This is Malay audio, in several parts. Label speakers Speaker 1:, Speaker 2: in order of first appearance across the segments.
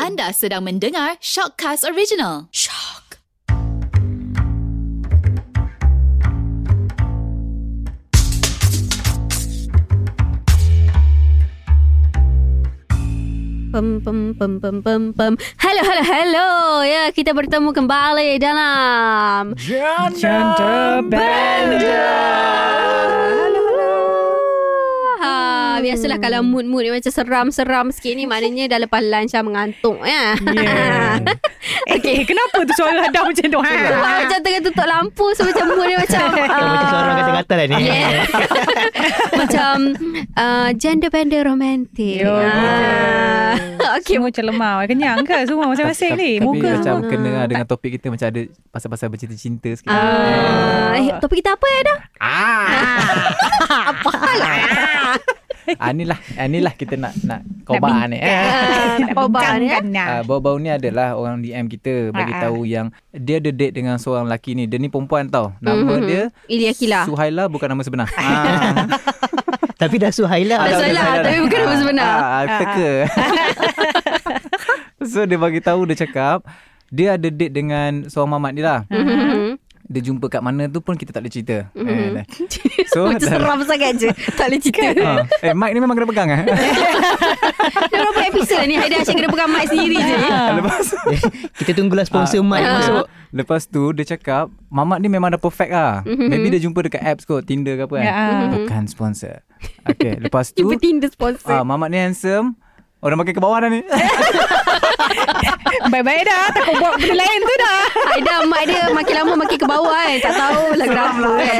Speaker 1: Anda sedang mendengar Shockcast Original. Shock.
Speaker 2: Pem pem pem pem pem pem. Hello hello hello. Ya, kita bertemu kembali dalam
Speaker 3: Janda
Speaker 2: Hello hello. Ha, biasalah kalau mood-mood dia macam seram-seram sikit ni maknanya dah lepas lunch dah mengantuk ya.
Speaker 3: Yeah. eh, eh, kenapa tu suara hadam macam tu? Ha?
Speaker 2: Sebab macam tengah tutup lampu so macam mood dia macam
Speaker 4: Kalau macam suara orang kata-kata lah ni
Speaker 2: Yeah. macam uh, gender bender romantik.
Speaker 3: Yo.
Speaker 2: Ah.
Speaker 3: Okay.
Speaker 2: okay,
Speaker 3: Semua macam lemah. Kenyang ke semua masing-masing ni?
Speaker 5: Tapi
Speaker 3: Muka.
Speaker 5: macam
Speaker 2: Ah.
Speaker 5: kena lah dengan topik kita macam ada pasal-pasal bercinta-cinta sikit.
Speaker 2: Ah, eh, topik kita apa ya dah?
Speaker 5: Ah ni lah, ah, ni lah kita nak nak kobar ni. Eh.
Speaker 2: Nak berubah Ah, ni kan?
Speaker 3: lah.
Speaker 5: Ah, bau-bau ni adalah orang DM kita bagi
Speaker 3: Ah, ah.
Speaker 5: tahu yang dia ada date dengan seorang lelaki ni. Dia ni perempuan tau. Nama
Speaker 2: Mhm.
Speaker 5: dia
Speaker 2: Ilya Kila.
Speaker 5: Suhaila bukan nama sebenar. ah.
Speaker 4: Tapi dah
Speaker 2: Ah,
Speaker 4: suhaila
Speaker 2: dah
Speaker 5: Ada
Speaker 2: Suhaila,
Speaker 5: Suhaila
Speaker 2: tapi
Speaker 5: dah.
Speaker 2: bukan nama sebenar.
Speaker 5: Ah, ah, teka. so dia bagi tahu dia cakap dia ada date dengan seorang mamat dia lah.
Speaker 2: Mhm.
Speaker 5: Dia jumpa kat mana tu pun kita tak boleh cerita.
Speaker 2: Mhm.
Speaker 5: Eh, so
Speaker 2: Macam seram sangat je Tak boleh cerita
Speaker 5: Ha. Eh, mic ni memang kena pegang eh.
Speaker 2: Ya. Dah berapa episod ni Haida Asyik kena pegang mic sendiri je
Speaker 5: Ah.
Speaker 3: Ah,
Speaker 5: lepas
Speaker 4: Kita tunggulah sponsor mic
Speaker 2: Ah.
Speaker 4: masuk
Speaker 5: lepas tu dia cakap Mamat ni memang dah perfect lah.
Speaker 2: Mhm.
Speaker 5: Maybe dia jumpa dekat apps kot, Tinder ke apa kan.
Speaker 3: Ya.
Speaker 2: Mm-hmm.
Speaker 5: Bukan sponsor. Okay, lepas
Speaker 2: Dia
Speaker 5: tu
Speaker 2: bertinda sponsor
Speaker 5: ah, Mamat ni handsome. Orang pakai ke bawah dah ni.
Speaker 3: Baik-baik dah. Takut buat benda
Speaker 2: Kan,
Speaker 3: lain tu dah.
Speaker 2: Haida mic dia makin lama makin ke bawah kan Tak tahu lah kenapa kan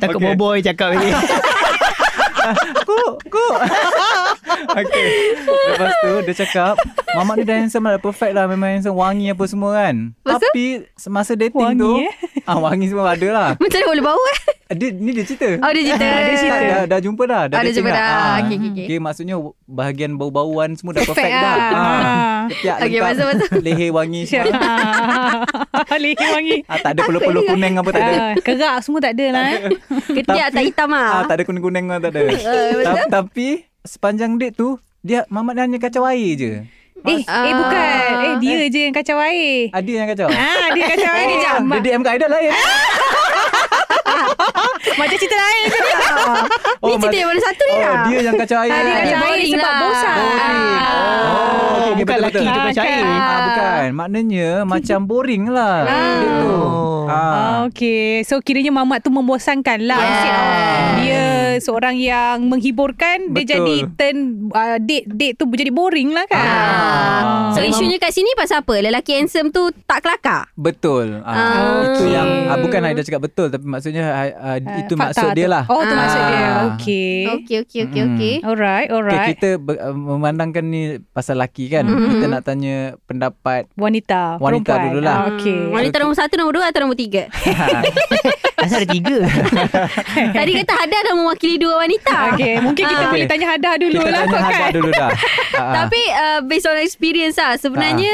Speaker 4: Takut
Speaker 5: Okay.
Speaker 4: boboy cakap ni
Speaker 5: Kuk, kuk. okay. Lepas tu dia cakap, Mamat ni dah handsome lah, dah perfect lah. Memang handsome, wangi apa semua kan.
Speaker 2: Lepas tu?
Speaker 5: Tapi semasa dating
Speaker 3: Wangi,
Speaker 5: tu,
Speaker 3: eh?
Speaker 5: ah, wangi semua ada lah.
Speaker 2: Macam mana boleh bau kan
Speaker 5: Eh, Dia, ni dia cerita.
Speaker 2: Oh dia cerita
Speaker 3: Dia cerita.
Speaker 5: Tak, dah, dah jumpa dah. Dah
Speaker 2: Oh, dah
Speaker 5: dating
Speaker 2: jumpa dah.
Speaker 5: Ah.
Speaker 2: Okey, okey, okey.
Speaker 5: okay, maksudnya bahagian bau-bauan semua dah perfect,
Speaker 2: Perfect
Speaker 5: dah.
Speaker 3: lah.
Speaker 5: Ah. Ketiak
Speaker 2: Okey,
Speaker 5: lengkap,
Speaker 2: masuk, masuk.
Speaker 5: leher wangi semua.
Speaker 3: Alih Ah, wangi.
Speaker 5: Ah, tak ada peluh-peluh
Speaker 2: Takut
Speaker 5: kuning apa tak ada.
Speaker 3: Ah, kerak semua tak ada lah eh.
Speaker 2: Ketiak tak hitam
Speaker 5: Ah,
Speaker 2: lah
Speaker 5: tak ada kuning-kuning pun tak ada. Ta- Tapi sepanjang date tu dia Mamat dia hanya kacau air je.
Speaker 3: Eh, eh bukan. Eh, dia je yang kacau air.
Speaker 5: Ada yang kacau.
Speaker 3: Ah, dia kacau air. Dia
Speaker 5: Dia DM kat Aida lain.
Speaker 3: Macam cerita lain.
Speaker 2: Ni cerita yang mana satu ni
Speaker 5: Oh,
Speaker 2: lah
Speaker 5: dia yang kacau air.
Speaker 3: Ah,
Speaker 2: Ah,
Speaker 3: dia kacau air
Speaker 2: boring
Speaker 3: sebab Ah.
Speaker 2: lah.
Speaker 3: bosan.
Speaker 2: Boring.
Speaker 5: Oh, okey,
Speaker 4: Bukan
Speaker 5: betul,
Speaker 4: lelaki
Speaker 5: betul.
Speaker 4: tu macam air
Speaker 5: Ah, bukan. Maknanya macam boring lah. Dia tu.
Speaker 4: Oh.
Speaker 5: Ah.
Speaker 3: Ah, okay. So kiranya Mamat tu membosankan lah.
Speaker 2: Yes.
Speaker 3: Asyik, oh, Dia seorang yang menghiburkan. Dia
Speaker 5: Betul.
Speaker 3: jadi turn uh, date date tu jadi boring
Speaker 5: Ah.
Speaker 3: lah kan.
Speaker 2: Ah. So isunya kat sini pasal apa Lelaki handsome tu tak kelakar
Speaker 5: Betul. Ah,
Speaker 2: Ah, Eh,
Speaker 5: Itu
Speaker 2: okey.
Speaker 5: yang ah, bukan Aida cakap betul tapi maksudnya ah, ah,
Speaker 3: Ah,
Speaker 5: itu
Speaker 3: fakta
Speaker 5: maksud dia
Speaker 3: tu.
Speaker 5: lah.
Speaker 3: Oh, tu maksud dia.
Speaker 5: Ah.
Speaker 3: Okay.
Speaker 2: Okay okay okay
Speaker 5: Mm.
Speaker 2: okay
Speaker 3: Alright,
Speaker 5: Okay,
Speaker 3: alright.
Speaker 5: kita ber, ah, memandangkan ni pasal laki kan.
Speaker 2: Mhm.
Speaker 5: Kita nak tanya pendapat.
Speaker 3: Wanita.
Speaker 5: Wanita
Speaker 3: perempuan.
Speaker 5: dululah.
Speaker 3: Ah, okay.
Speaker 2: Hmm, Wanita nombor satu, nombor dua atau nombor tiga
Speaker 5: Ah,
Speaker 4: Asal ada tiga
Speaker 2: Tadi kata Hada dah mewakili dua wanita
Speaker 3: Okay, mungkin kita
Speaker 5: Ah.
Speaker 3: boleh tanya Hadah dulu
Speaker 5: Kita
Speaker 3: lah
Speaker 5: tanya
Speaker 3: kot
Speaker 5: Hadat
Speaker 3: kan.
Speaker 5: dulu dah. Ah, ah.
Speaker 2: Tapi uh, based on experience lah Sebenarnya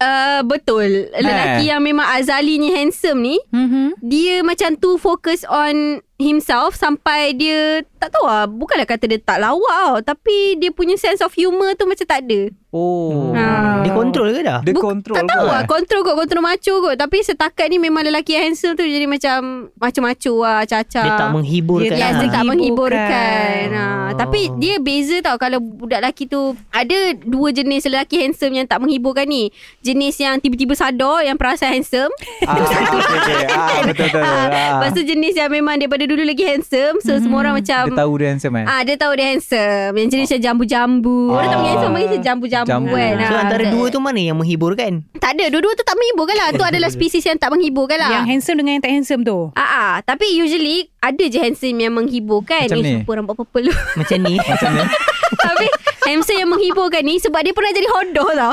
Speaker 2: uh, Betul Lelaki
Speaker 5: Eh.
Speaker 2: yang memang Azali ni handsome ni
Speaker 3: Mhm.
Speaker 2: Dia macam tu fokus on himself Sampai dia Tak tahu lah Bukanlah kata dia tak lawak tau Tapi dia punya sense of humour tu macam tak ada
Speaker 5: Oh.
Speaker 2: Ah.
Speaker 4: Dia kontrol ke dah?
Speaker 5: Dia
Speaker 2: Buk-
Speaker 5: kontrol
Speaker 2: Tak tahu
Speaker 5: kot. eh.
Speaker 2: lah Kontrol kot Kontrol macho kot Tapi setakat ni memang lelaki yang handsome tu Jadi macam Macho-macho lah Caca
Speaker 4: Dia tak menghiburkan
Speaker 2: Yes,
Speaker 3: Ah.
Speaker 2: dia tak menghiburkan.
Speaker 5: kan.
Speaker 3: Menghiburkan.
Speaker 2: Ha,
Speaker 4: Oh.
Speaker 2: tapi dia beza tau kalau budak lelaki tu ada dua jenis lelaki handsome yang tak menghiburkan ni. Jenis yang tiba-tiba sadar yang perasaan handsome.
Speaker 5: Ah, okey, okey. Ah, betul
Speaker 2: Ah,
Speaker 5: betul. betul. Ah.
Speaker 2: Lepas tu jenis yang memang daripada dulu lagi handsome. So semua orang macam
Speaker 5: Hmm, Dia tahu dia handsome kan.
Speaker 2: Ah, dia tahu dia handsome. Yang jenis macam jambu-jambu. Orang tak
Speaker 5: Ah.
Speaker 2: panggil handsome, panggil jambu-jambu
Speaker 5: Jambu.
Speaker 2: kan.
Speaker 4: So
Speaker 2: Ah,
Speaker 4: antara
Speaker 2: macam-
Speaker 4: dua tu mana yang menghiburkan?
Speaker 2: Tak ada. Dua-dua tu tak menghiburkan lah. Tu adalah spesies yang tak menghiburkan lah.
Speaker 3: Yang handsome dengan yang tak handsome tu.
Speaker 2: Ah, ah, tapi usually ada je handsome yang menghiburkan. eh,
Speaker 5: Macam ni.
Speaker 2: siapa rambut purple lu?
Speaker 4: Macam ni
Speaker 2: Tapi Hamster yang menghiburkan ni Sebab dia pernah jadi hodoh tau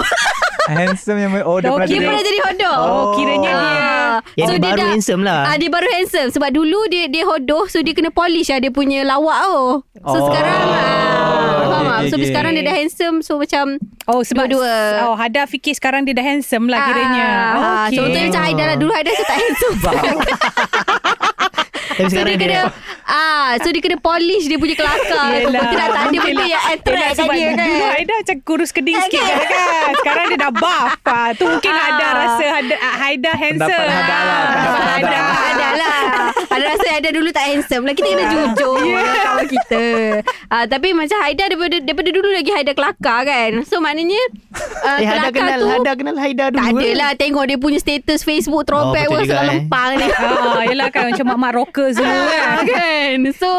Speaker 5: handsome yang oh
Speaker 3: Dia
Speaker 5: dia pernah
Speaker 2: Dia pernah jadi hodoh
Speaker 3: Oh, kiranya dia.
Speaker 2: Ah,
Speaker 4: Yang dia baru handsome lah
Speaker 2: Ah, dia baru handsome Sebab dulu dia dia hodoh So dia kena polish lah Dia punya lawak oh. So
Speaker 5: Oh.
Speaker 2: sekarang ah, Faham
Speaker 5: Okay,
Speaker 2: tak?
Speaker 5: okay,
Speaker 2: So
Speaker 5: okay.
Speaker 2: sekarang dia dah handsome So macam
Speaker 3: Oh sebab
Speaker 2: Dua-dua.
Speaker 3: Oh Hada fikir sekarang dia dah handsome lah kiranya.
Speaker 2: ah,
Speaker 3: okay.
Speaker 2: Contohnya macam Haida lah Dulu Haida tu tak handsome sangat.
Speaker 4: Tapi
Speaker 2: So
Speaker 4: sekarang
Speaker 2: dia kena
Speaker 4: dia
Speaker 2: ah, So dia kena polish Dia punya kelakar Kalau tidak tak ada benda yang attract kat
Speaker 3: lah. sebab
Speaker 2: dia kan
Speaker 3: Dulu Aida macam kurus keding sikit kan, kan. Sekarang dia dah buff. Ah, tu mungkin
Speaker 2: Ah.
Speaker 3: ada rasa Haida, Haida handsome.
Speaker 5: Pendapat Haida lah, pendapat
Speaker 3: Ah,
Speaker 5: Haida.
Speaker 2: Ada lah Ada rasa ada dulu tak handsome lah Kita kena
Speaker 4: Ya.
Speaker 2: jujur yeah. Kawan kita ah, Tapi macam Haida daripada, daripada dulu lagi Haida kelakar kan So maknanya uh,
Speaker 4: Eh Hada kenal Hada kenal Haida dulu
Speaker 2: Tak
Speaker 4: ke?
Speaker 2: adalah Tengok dia punya status Facebook Throwback
Speaker 4: betul
Speaker 2: oh,
Speaker 4: juga, eh.
Speaker 2: Selalu lempang ni
Speaker 3: Ah, yelah kan macam mak-mak rocker semua kan.
Speaker 2: lah. Ah, kan So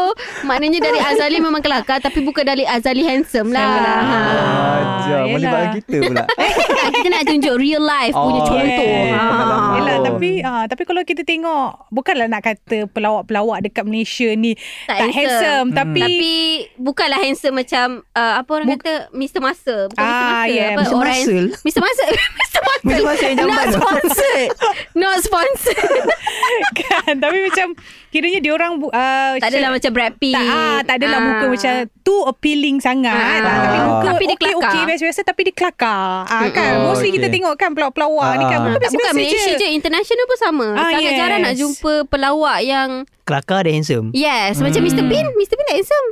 Speaker 2: Maknanya dari Azali memang kelakar Tapi bukan dari Azali handsome lah
Speaker 5: Ah, jom.
Speaker 3: yelah.
Speaker 5: Melibatkan kita pula.
Speaker 2: ha. Kita nak tunjuk real life Punya
Speaker 5: Oh,
Speaker 2: contoh
Speaker 5: yes.
Speaker 2: Ah.
Speaker 5: Pengalaman.
Speaker 3: Yelah
Speaker 5: Oh.
Speaker 3: tapi ah, tapi kalau kita tengok bukanlah nak kata pelawak-pelawak dekat Malaysia ni tak,
Speaker 2: Tak
Speaker 3: tak handsome,
Speaker 5: Hmm.
Speaker 2: handsome.
Speaker 3: tapi,
Speaker 2: Tapi bukanlah handsome macam uh, apa orang kata Mr. Muscle. Bukan Mr.
Speaker 3: Ah,
Speaker 2: Muscle.
Speaker 3: yeah,
Speaker 2: apa
Speaker 4: Mr.
Speaker 2: orang
Speaker 4: Muscle?
Speaker 2: Mr. Muscle. Mr. Muscle.
Speaker 4: Mr. Muscle yang jamban
Speaker 2: Not
Speaker 4: tu.
Speaker 2: sponsored. Not sponsored.
Speaker 3: kan tapi macam kiranya dia orang uh,
Speaker 2: tak adalah macam Brad Pitt.
Speaker 3: tak ah, tak adalah
Speaker 2: Ah.
Speaker 3: muka macam too appealing sangat
Speaker 2: Ah.
Speaker 3: ah. tapi muka
Speaker 2: Tapi dia
Speaker 3: okey
Speaker 2: kelakar.
Speaker 3: okey biasa-biasa tapi dia kelakar ah kan
Speaker 5: Oh,
Speaker 3: mostly kita
Speaker 5: okey.
Speaker 3: tengok kan pelawak-pelawak ni kan
Speaker 5: Ah.
Speaker 3: muka
Speaker 2: Tak, bukan
Speaker 3: biasa-biasa
Speaker 2: Malaysia je. International pun sama.
Speaker 3: Ah,
Speaker 2: Sangat
Speaker 3: yes.
Speaker 2: jarang nak jumpa pelawak yang
Speaker 4: Kelakar dia handsome
Speaker 2: yes.
Speaker 3: Hmm.
Speaker 2: Macam Mr. Bean. Mr. Bean handsome.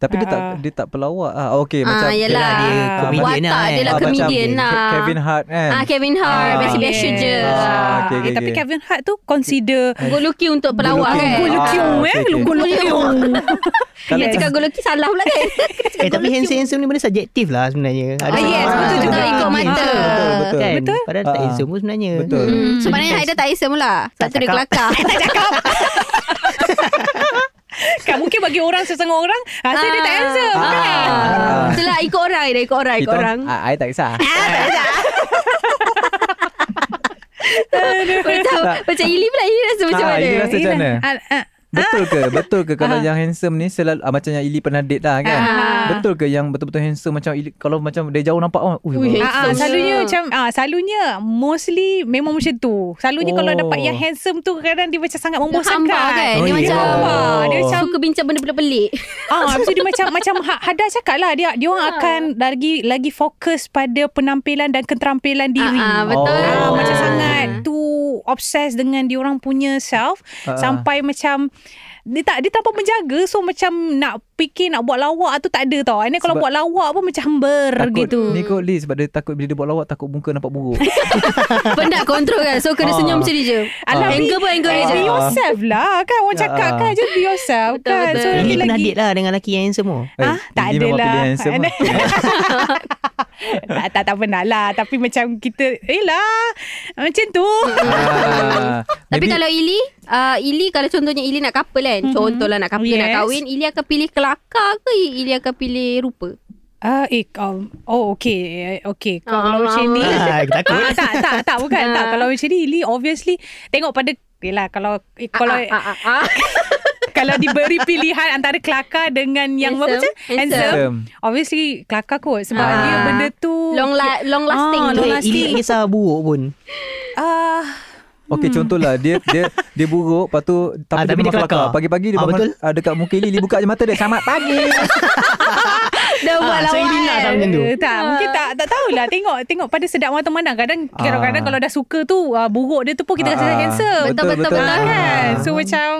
Speaker 5: Tapi dia tak
Speaker 3: Ah.
Speaker 5: dia tak pelawak. Ah, okey
Speaker 2: Ah,
Speaker 5: macam
Speaker 2: yelah.
Speaker 4: Yelah dia
Speaker 3: Ah,
Speaker 4: comedian
Speaker 2: watak dia
Speaker 4: lah kan
Speaker 2: lah
Speaker 5: Ah, macam
Speaker 2: comedian lah.
Speaker 5: Ke- Kevin Hart kan.
Speaker 2: Ah, Kevin Hart.
Speaker 5: Ah,
Speaker 2: Biasa-biasa
Speaker 3: yes.
Speaker 2: je.
Speaker 5: Ah,
Speaker 3: eh,
Speaker 5: okay, okay,
Speaker 3: tapi
Speaker 5: okay.
Speaker 3: Kevin Hart tu consider
Speaker 2: Good looking untuk pelawak
Speaker 5: looking.
Speaker 2: kan.
Speaker 5: Good looking.
Speaker 3: Lukiung
Speaker 5: Ah,
Speaker 3: eh
Speaker 5: okey, okey.
Speaker 3: Good Lukiung
Speaker 5: Kalau
Speaker 2: Dia cakap good looking salah pula kan.
Speaker 3: Hmm.
Speaker 4: Eh tapi handsome-handsome ni benda subjektif lah sebenarnya Ada
Speaker 2: Ah,
Speaker 4: orang
Speaker 2: yes,
Speaker 4: handsome
Speaker 2: betul
Speaker 4: ada
Speaker 2: juga.
Speaker 4: orang
Speaker 2: Ikut
Speaker 4: handsome.
Speaker 2: mata.
Speaker 5: Betul, betul.
Speaker 4: Kan?
Speaker 3: Betul?
Speaker 4: Padahal tak
Speaker 5: Ah.
Speaker 4: handsome pun sebenarnya
Speaker 5: Betul.
Speaker 2: Hmm, so maknanya Haida tak handsome lah. Satu dia
Speaker 4: cakap.
Speaker 2: kelakar. Tak cakap.
Speaker 3: kan mungkin bagi orang sesengah orang rasa dia tak
Speaker 2: Ah.
Speaker 3: handsome
Speaker 2: Ah.
Speaker 3: kan
Speaker 5: Ah.
Speaker 2: Itulah ikut orang dia, ikut orang, ikut
Speaker 5: kita
Speaker 2: orang.
Speaker 5: ah, I tak kisah.
Speaker 2: Macam
Speaker 5: Tak.
Speaker 2: macam Ili pula Ili rasa macam
Speaker 5: Ah,
Speaker 2: mana?
Speaker 5: Ili rasa- Macam mana?
Speaker 3: Ah, ah.
Speaker 5: Betul ke? Betul ke
Speaker 3: Ah.
Speaker 5: kalau yang handsome ni selalu ah, macam yang Ili pernah date lah kan?
Speaker 2: Ah.
Speaker 5: Betul ke yang betul-betul handsome macam Ili, kalau macam dari jauh nampak oh,
Speaker 2: Ui,
Speaker 5: ui,
Speaker 3: Ah, ah,
Speaker 2: Handsome
Speaker 3: selalunya
Speaker 2: je.
Speaker 3: macam ah selalunya mostly memang macam tu. Selalunya oh. kalau
Speaker 5: Oh.
Speaker 3: dapat yang handsome tu kadang dia macam sangat
Speaker 2: Dia
Speaker 3: membosankan.
Speaker 2: hamba kan.
Speaker 5: Oh,
Speaker 2: Dia
Speaker 5: ya.
Speaker 2: macam
Speaker 5: Hamba.
Speaker 2: dia
Speaker 5: Dia
Speaker 2: macam
Speaker 5: macam-
Speaker 2: suka bincang benda benda pelik.
Speaker 3: Ah, habis tu dia macam macam Ha- Hada cakap lah dia dia
Speaker 2: Ah.
Speaker 3: orang akan lagi lagi fokus pada penampilan dan keterampilan diri.
Speaker 2: Ah, ah,
Speaker 5: Oh.
Speaker 2: betul.
Speaker 3: Ah,
Speaker 5: Oh.
Speaker 3: macam
Speaker 5: Ah.
Speaker 3: sangat tu obses dengan dia orang punya self
Speaker 5: Ah, ah.
Speaker 3: sampai macam dia tak dia tanpa menjaga so macam nak fikir nak buat lawak tu tak ada tau. Ini kalau
Speaker 5: Sebab-
Speaker 3: buat lawak pun macam ber
Speaker 5: takut
Speaker 3: gitu.
Speaker 5: ni kot Lee sebab dia takut bila dia buat lawak takut muka nampak buruk. Eh,
Speaker 2: Penat kontrol kan. So kena
Speaker 5: Ah.
Speaker 2: senyum sendiri je.
Speaker 3: Alah,
Speaker 2: Anger pun anger
Speaker 3: Eh,
Speaker 2: dia je.
Speaker 3: be
Speaker 5: Ah.
Speaker 3: yourself lah kan orang
Speaker 5: Ya,
Speaker 3: cakap
Speaker 5: ah.
Speaker 3: kan just be yourself
Speaker 2: Betul,
Speaker 3: kan
Speaker 2: betul.
Speaker 3: so
Speaker 4: Ini
Speaker 3: lagi
Speaker 4: pernah
Speaker 3: lagi
Speaker 4: date lah dengan lelaki yang handsome oh.
Speaker 5: Eh,
Speaker 3: Ah, tak
Speaker 5: Ili memang
Speaker 3: adalah.
Speaker 5: pilih handsome lah.
Speaker 3: tak, tak tak pernah lah tapi macam kita eh lah macam tu
Speaker 5: Ah,
Speaker 2: Tapi
Speaker 5: maybe-
Speaker 2: kalau Ili, uh, Ili kalau contohnya Ili nak couple kan. Contohlah nak couple nak
Speaker 3: Yes.
Speaker 2: kahwin, Ili akan pilih kelakar ke Ili akan pilih rupa?
Speaker 3: ah eh um, oh okay eh, okay
Speaker 2: Ah,
Speaker 3: kalau macam ni
Speaker 4: Ah, takut
Speaker 3: ah, tak tak tak bukan tak
Speaker 2: Ah.
Speaker 3: kalau macam ni Ili obviously tengok pada Yelah kalau eh, kalau
Speaker 2: Ah, ah, ah, ah.
Speaker 3: kalau diberi pilihan antara kelakar dengan yang apa
Speaker 2: Handsome.
Speaker 3: macam
Speaker 2: Handsome.
Speaker 5: Handsome.
Speaker 3: obviously kelakar kot sebab
Speaker 2: Ah.
Speaker 3: dia benda tu
Speaker 2: Long la- long lasting.
Speaker 3: Ah,
Speaker 4: Tu
Speaker 3: long
Speaker 4: eh, Ili tak kisah buruk pun
Speaker 3: ah
Speaker 5: Okey hmm. contohlah dia dia dia buruk lepas tu tapi,
Speaker 4: Ah,
Speaker 5: dia,
Speaker 4: tapi dia
Speaker 5: memang kelakar.
Speaker 4: kelakar.
Speaker 5: Pagi-pagi dia
Speaker 4: Ah,
Speaker 5: bangun
Speaker 4: betul.
Speaker 5: ah, dekat muka Ili dia buka je mata dia selamat pagi.
Speaker 2: Dah buat
Speaker 4: Ah, so Ili nak tak
Speaker 2: lawan.
Speaker 4: macam tu
Speaker 3: Eh,
Speaker 2: Ah.
Speaker 3: tak, mungkin tak tak tahulah tengok tengok pada sedap mata mana kadang kadang-kadang kalau dah suka tu uh, buruk dia tu pun kita
Speaker 5: Ah,
Speaker 3: rasa
Speaker 5: ah.
Speaker 3: handsome
Speaker 2: Betul, betul, betul.
Speaker 3: kan
Speaker 5: Ah.
Speaker 3: so macam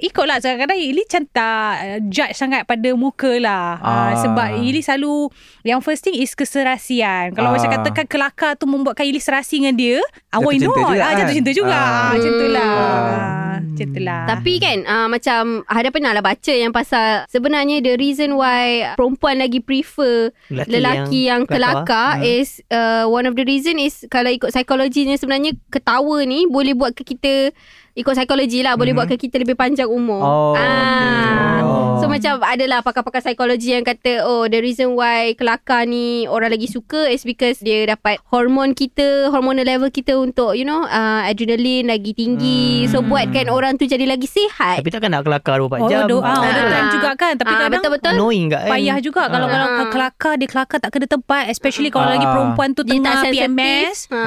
Speaker 3: ikutlah kadang-kadang Ili macam tak uh, judge sangat pada muka lah uh,
Speaker 5: Ah.
Speaker 3: sebab Ili selalu yang first thing is keserasian kalau
Speaker 5: Ah.
Speaker 3: macam katakan kelakar tu membuatkan Ili serasi dengan dia ah, why not
Speaker 5: Jatuh cinta juga,
Speaker 3: ah, jatuh
Speaker 5: kan?
Speaker 3: cinta juga
Speaker 5: Ah.
Speaker 3: ah. macam tu lah
Speaker 5: Ah.
Speaker 3: macam tu lah
Speaker 2: Tapi kan uh, macam ada pernah lah baca yang pasal sebenarnya the reason why perempuan lagi prefer lelaki, yang, kelakar is uh, one of the reason is kalau ikut psikologinya sebenarnya ketawa ni boleh buat ke kita ikut psikologi lah boleh
Speaker 5: Mhm.
Speaker 2: buat ke kita lebih panjang umur. Ah.
Speaker 5: Oh, okay. Oh.
Speaker 2: So macam adalah pakar-pakar psikologi yang kata oh the reason why kelakar ni orang lagi suka is because dia dapat hormon kita, hormonal level kita untuk you know uh, adrenalin lagi tinggi. So buatkan orang tu jadi lagi sihat.
Speaker 4: Tapi takkan nak kelakar 24 jam
Speaker 3: Oh, doa
Speaker 2: Ah.
Speaker 3: all the time juga kan tapi
Speaker 2: Ah,
Speaker 3: kadang
Speaker 2: betul-betul
Speaker 4: Annoying kat kan
Speaker 3: payah juga kalau
Speaker 4: Ah.
Speaker 3: kalau kelakar dia kelakar tak kena tempat especially kalau lagi
Speaker 5: Ah.
Speaker 3: perempuan tu
Speaker 2: dia tak
Speaker 3: tengah
Speaker 2: sensitif.
Speaker 3: PMS.
Speaker 2: Ha.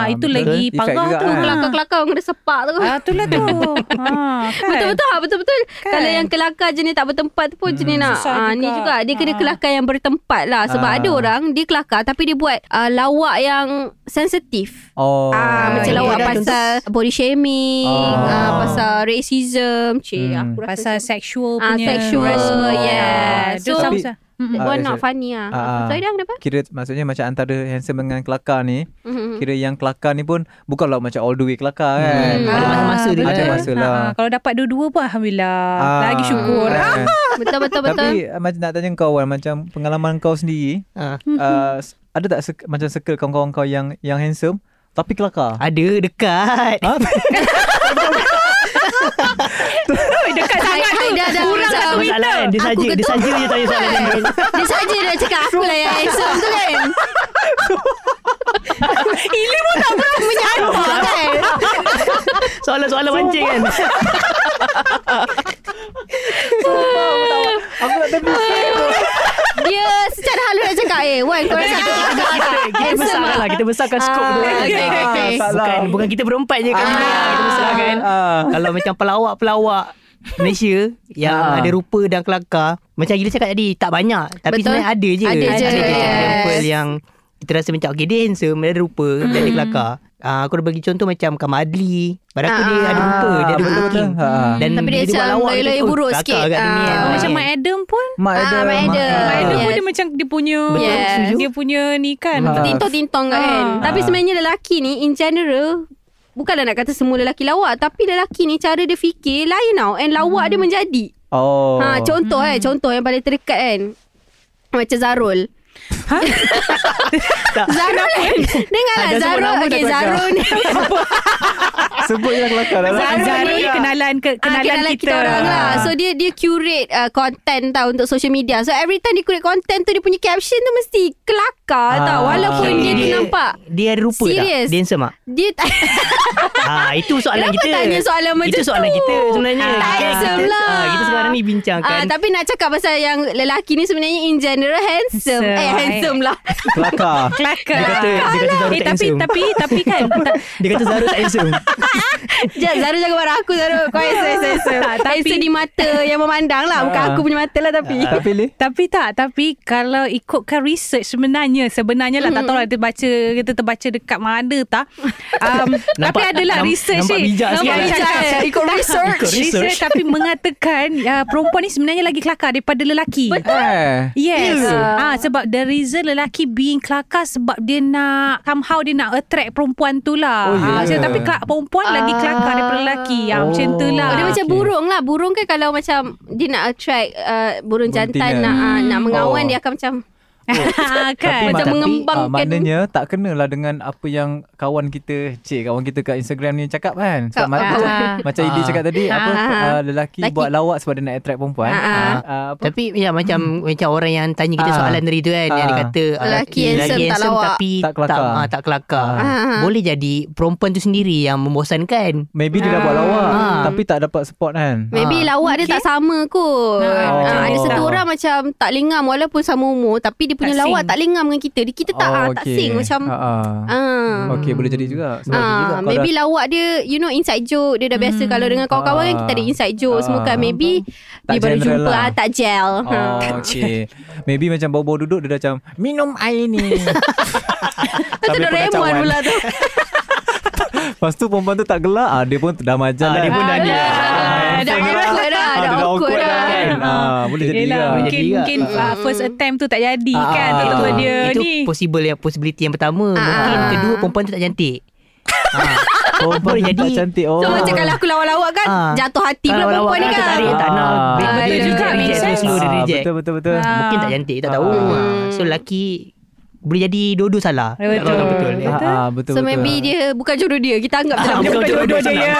Speaker 3: Ah, itu lagi
Speaker 5: Effect
Speaker 3: parah
Speaker 5: juga
Speaker 3: tu.
Speaker 5: kan.
Speaker 3: Kelakar.
Speaker 2: Kelakar-kelakar orang kena sepak tu.
Speaker 3: Ah, Itulah tu. ha, kan?
Speaker 2: Betul-betul ha, Betul-betul
Speaker 3: Kan?
Speaker 2: kan. Kalau yang kelakar jenis tak bertempat tu
Speaker 5: Hmm.
Speaker 2: pun Jenis nak
Speaker 3: Susah
Speaker 2: ha, Ni
Speaker 3: juga.
Speaker 2: juga Dia kena
Speaker 3: Ha.
Speaker 2: kelakar yang bertempat lah Sebab
Speaker 5: Ah.
Speaker 2: ada orang Dia kelakar Tapi dia buat uh, Lawak yang sensitif
Speaker 5: Oh.
Speaker 2: Ah, macam
Speaker 3: ya,
Speaker 2: lawak
Speaker 3: dah
Speaker 2: pasal body shaming,
Speaker 5: Oh.
Speaker 2: ah, pasal racism, cik
Speaker 5: Hmm.
Speaker 2: aku rasa
Speaker 3: Pasal
Speaker 2: macam-
Speaker 3: sexual
Speaker 2: Ah,
Speaker 3: punya
Speaker 2: sexual,
Speaker 3: harassment.
Speaker 2: yeah.
Speaker 3: Ah, tu
Speaker 2: So-
Speaker 3: sama-
Speaker 5: Tapi-
Speaker 3: sama.
Speaker 5: Ah,
Speaker 2: Buat
Speaker 5: that's
Speaker 2: not
Speaker 5: it.
Speaker 2: funny ah.
Speaker 5: Ah, ah.
Speaker 2: Sorry dah kenapa?
Speaker 5: Kira maksudnya macam antara handsome dengan kelakar ni
Speaker 3: Hmm,
Speaker 2: Mhm.
Speaker 5: Kira yang kelakar ni pun Bukanlah macam all the way kelakar kan
Speaker 2: Hmm.
Speaker 4: Ada
Speaker 5: Ada masa-
Speaker 4: masa-masa dia
Speaker 5: Ada
Speaker 4: kan.
Speaker 5: masa lah
Speaker 3: Ah, Kalau dapat dua-dua pun Alhamdulillah
Speaker 5: Ah,
Speaker 3: Lagi syukur
Speaker 5: kan.
Speaker 2: Betul betul betul.
Speaker 5: Tapi ah, macam nak tanya kau Wan Macam pengalaman kau sendiri
Speaker 4: Ah.
Speaker 5: ah, s- Ada tak sek- macam circle kawan-kawan kau yang yang handsome Tapi kelakar
Speaker 4: Ada dekat.
Speaker 5: Ha?
Speaker 3: Oi, Dekat sangat tu
Speaker 2: Haida dah
Speaker 3: Kurang
Speaker 2: macam-
Speaker 3: satu meter
Speaker 4: Soalan kan? dia
Speaker 2: Aku
Speaker 4: saja dia
Speaker 2: ketuk.
Speaker 4: saja je tanya soalan ni.
Speaker 2: Kan? Dia saja dah cakap aku lah yang handsome tu kan.
Speaker 3: Ili pun tak berapa menyapa
Speaker 2: Kan?
Speaker 4: Soalan-soalan mancing kan.
Speaker 5: Aku nak tebus
Speaker 2: Dia secara halus nak cakap eh Wan kau rasa aku tak agak
Speaker 4: Kita, kita
Speaker 2: Handsome
Speaker 4: besarkan
Speaker 2: ah.
Speaker 4: lah Kita besarkan
Speaker 2: Ah,
Speaker 4: skop tu kan.
Speaker 2: okay, okay, okay.
Speaker 4: Ah, Bukan, bukan kita berempat je
Speaker 2: kan?
Speaker 4: kat sini lah. Kita besarkan
Speaker 5: Ah.
Speaker 4: Kalau macam pelawak-pelawak Malaysia Yang
Speaker 5: Ah.
Speaker 4: ada rupa dan kelakar Macam Gila cakap tadi Tak banyak Tapi
Speaker 2: Betul.
Speaker 4: sebenarnya ada je
Speaker 2: Ada je,
Speaker 4: example
Speaker 2: yes.
Speaker 4: yang Kita rasa macam Okay dia handsome Dia ada rupa Dan
Speaker 2: Mm-hmm.
Speaker 4: dia kelakar Ah, Aku dah bagi contoh macam Kamadli Pada aku dia
Speaker 2: Ah.
Speaker 4: ada rupa Hmm. Dia ada good
Speaker 5: Betul-betul.
Speaker 4: looking
Speaker 5: Ha.
Speaker 4: Dan
Speaker 2: Tapi dia macam
Speaker 4: buat lawak, dia
Speaker 2: loyo-loyo
Speaker 4: macam,
Speaker 2: buruk
Speaker 4: "Oh,
Speaker 2: sikit."
Speaker 4: Kelakar kat dunia
Speaker 2: Ah.
Speaker 4: kan.
Speaker 3: Macam Mak Adam pun
Speaker 5: Mak
Speaker 2: Ah,
Speaker 5: Adam.
Speaker 2: Mak Adam.
Speaker 3: Mak Adam pun
Speaker 2: Yes.
Speaker 3: dia macam Dia punya
Speaker 4: Betul, setuju.
Speaker 3: Dia punya ni kan
Speaker 5: Ah.
Speaker 2: Tintong-tintong kat kan
Speaker 3: Ah.
Speaker 2: Tapi sebenarnya lelaki ni In general Bukanlah nak kata semua lelaki lawak Tapi lelaki ni Cara dia fikir Lain tau And lawak
Speaker 4: Hmm.
Speaker 2: dia menjadi
Speaker 5: Oh.
Speaker 2: ha, Contoh kan Contoh yang paling terdekat kan Macam Zarul
Speaker 4: Tak.
Speaker 2: Zarul kan Dengarlah
Speaker 4: Ada sebut
Speaker 2: Zarul
Speaker 4: nama
Speaker 2: Okay
Speaker 4: dah kelakar.
Speaker 2: Zarul ni
Speaker 5: Sebut je lah kelakar lah.
Speaker 2: Zara
Speaker 3: Zara
Speaker 2: ni-
Speaker 3: ni kenalan ke,
Speaker 2: Ah,
Speaker 3: kenalan, Ah.
Speaker 2: kenalan kita, orang lah. So dia dia curate uh, content tau untuk social media. So every time dia curate content tu dia punya caption tu mesti kelakar
Speaker 5: Ah,
Speaker 2: tau. Walaupun
Speaker 5: okay.
Speaker 2: dia, tu nampak
Speaker 4: Dia ada rupa
Speaker 2: Serious.
Speaker 4: tak Dia handsome tak
Speaker 2: dia tak
Speaker 4: Ah itu soalan
Speaker 2: Kenapa
Speaker 4: kita.
Speaker 2: tanya soalan macam
Speaker 4: Itu soalan
Speaker 2: tu?
Speaker 4: kita sebenarnya.
Speaker 2: Tak
Speaker 4: Kita-
Speaker 2: handsome lah.
Speaker 4: ah, kita sekarang ni bincangkan.
Speaker 2: Ah, tapi nak cakap pasal yang lelaki ni sebenarnya in general handsome.
Speaker 3: Handsome.
Speaker 2: Eh handsome lah.
Speaker 5: Kelakar.
Speaker 3: Kelakar
Speaker 4: Dia kata- dia kata Zara
Speaker 3: eh,
Speaker 4: tak
Speaker 3: tapi,
Speaker 4: handsome.
Speaker 3: tapi tapi kan tak,
Speaker 4: dia kata Zara tak handsome.
Speaker 2: Jat, Zara jangan marah aku Zara. Kau handsome, handsome, handsome.
Speaker 3: Tak, tapi-
Speaker 2: Handsome di mata yang memandang lah. Bukan
Speaker 5: Ah.
Speaker 2: aku punya mata lah tapi.
Speaker 5: Tapi Lee.
Speaker 3: Tapi tak Tapi kalau ikutkan research Sebenarnya Sebenarnya lah Tak tahu lah Dia baca Kita terbaca dekat mana tak um, Tapi
Speaker 4: Nampak-
Speaker 3: adalah
Speaker 4: nam-
Speaker 3: research
Speaker 4: nampak
Speaker 3: ni.
Speaker 4: bijak
Speaker 3: Nampak
Speaker 4: sikit.
Speaker 3: bijak
Speaker 2: Bijak, eh. Ikut
Speaker 3: Tak,
Speaker 2: research.
Speaker 4: Ikut research.
Speaker 3: Research Tapi mengatakan uh, Perempuan ni sebenarnya Lagi kelakar daripada lelaki
Speaker 5: Eh.
Speaker 3: Yes
Speaker 4: Ya.
Speaker 3: Ah, Sebab the reason Lelaki being kelakar Sebab dia nak Somehow dia nak attract Perempuan tu lah
Speaker 5: Oh,
Speaker 3: Ah,
Speaker 5: yeah.
Speaker 4: ya.
Speaker 3: macam- Tapi kelak- perempuan Lagi kelakar daripada lelaki ah,
Speaker 5: Oh.
Speaker 3: Macam tu lah
Speaker 2: Oh, dia macam
Speaker 5: Okay.
Speaker 2: burung lah. Burung kan kalau macam dia nak attract uh, burung
Speaker 5: Betina.
Speaker 2: jantan nak uh, nak mengawan
Speaker 5: Oh.
Speaker 2: dia akan macam Macam
Speaker 3: Kan
Speaker 5: mak-
Speaker 2: mengembangkan-
Speaker 5: ah, Maknanya tak kenalah dengan Apa yang kawan kita Cik kawan kita kat Instagram ni Cakap kan Sebab
Speaker 2: Kau-
Speaker 5: ma-
Speaker 2: ah.
Speaker 5: macam, macam Idi
Speaker 4: Ah.
Speaker 5: cakap tadi Apa
Speaker 2: Ah.
Speaker 5: ah, Lelaki
Speaker 2: Lelaki.
Speaker 5: buat lawak Sebab dia nak attract perempuan
Speaker 2: Ah, ah.
Speaker 5: Ah, ah, apa?
Speaker 4: Tapi ya macam macam orang yang tanya kita
Speaker 5: Ah.
Speaker 4: soalan tadi tu kan yang dia
Speaker 5: Ah.
Speaker 4: kata ah,
Speaker 2: Lelaki handsome, tak lawak.
Speaker 4: tapi
Speaker 5: Tak kelakar.
Speaker 4: tak, ah, tak kelakar.
Speaker 2: Ah.
Speaker 4: Boleh jadi perempuan tu sendiri yang membosankan.
Speaker 5: Maybe dia dah buat lawak
Speaker 4: Ah.
Speaker 5: Tapi tak dapat support kan
Speaker 2: maybe lawak dia tak sama kot.
Speaker 3: Ah,
Speaker 2: Ah, ada
Speaker 5: oh.
Speaker 2: satu orang macam tak lengam walaupun sama umur tapi dia punya
Speaker 3: Tak
Speaker 2: lawak
Speaker 3: sing.
Speaker 2: tak lengam dengan kita. Dia- Kita tak ah, tak
Speaker 5: okay.
Speaker 2: sing macam
Speaker 5: Ah, ah.
Speaker 2: ah.
Speaker 5: Okay boleh jadi juga Sebab
Speaker 2: Ah,
Speaker 4: Boleh juga.
Speaker 5: Kalau
Speaker 2: maybe lawak dia You know inside joke Dia dah biasa Kalau dengan kawan-kawan kan
Speaker 5: Ah.
Speaker 2: Kita ada inside joke Semua
Speaker 5: Ah.
Speaker 2: kan Maybe
Speaker 5: Tak
Speaker 2: Dia baru
Speaker 5: general
Speaker 2: jumpa
Speaker 5: lah.
Speaker 2: ah, Tak gel
Speaker 5: Oh okay Maybe macam bau-bau duduk Dia dah macam Minum air ni
Speaker 2: Itu
Speaker 5: Sambil pernah
Speaker 2: Doraemon
Speaker 5: cawan.
Speaker 2: pula tu
Speaker 5: Lepas tu perempuan tu tak gelak ah, Dia pun dah majal
Speaker 4: Ah,
Speaker 5: lah.
Speaker 4: dia pun dah ni.
Speaker 2: Ah, dah awkward dah,
Speaker 5: Ah,
Speaker 2: dah
Speaker 5: dia
Speaker 2: awkward lah, dah.
Speaker 5: kan. Ah, Boleh jadi
Speaker 3: Yelah,
Speaker 5: lah
Speaker 3: mungkin,
Speaker 4: Jadi
Speaker 3: mungkin uh, first attempt tu tak jadi
Speaker 5: Ah,
Speaker 3: kan.
Speaker 5: ah,
Speaker 3: Tiba-tiba
Speaker 5: ah.
Speaker 3: dia
Speaker 4: itu
Speaker 3: ni.
Speaker 4: possible yang possibility yang pertama.
Speaker 2: Ah.
Speaker 4: Mungkin kedua perempuan tu tak cantik. ah.
Speaker 5: Perempuan
Speaker 4: Boleh
Speaker 5: tu tak
Speaker 4: jadi.
Speaker 5: cantik oh.
Speaker 2: So macam kalau aku lawak-lawak kan
Speaker 4: Ah.
Speaker 2: Jatuh hati pula
Speaker 4: Kalau
Speaker 2: perempuan ni
Speaker 4: lawak
Speaker 2: kan
Speaker 4: tertarik, tak nak.
Speaker 5: Ah.
Speaker 4: Dia- dia
Speaker 2: Ah,
Speaker 4: reject,
Speaker 2: juga,
Speaker 4: reject,
Speaker 2: make
Speaker 4: slow, slow dia
Speaker 5: Ah,
Speaker 4: reject.
Speaker 5: Betul betul betul
Speaker 4: Mungkin tak cantik Tak tahu
Speaker 5: Ah.
Speaker 4: So lelaki Boleh jadi dua-dua salah
Speaker 3: Betul.
Speaker 4: Tak tahu kan betul
Speaker 5: Ah, ah, Betul
Speaker 2: So maybe dia bukan jodoh dia Kita anggap dia
Speaker 4: Ah,
Speaker 2: tak
Speaker 4: bukan
Speaker 2: bukan
Speaker 4: jodoh
Speaker 2: jodoh
Speaker 4: dia.
Speaker 2: dia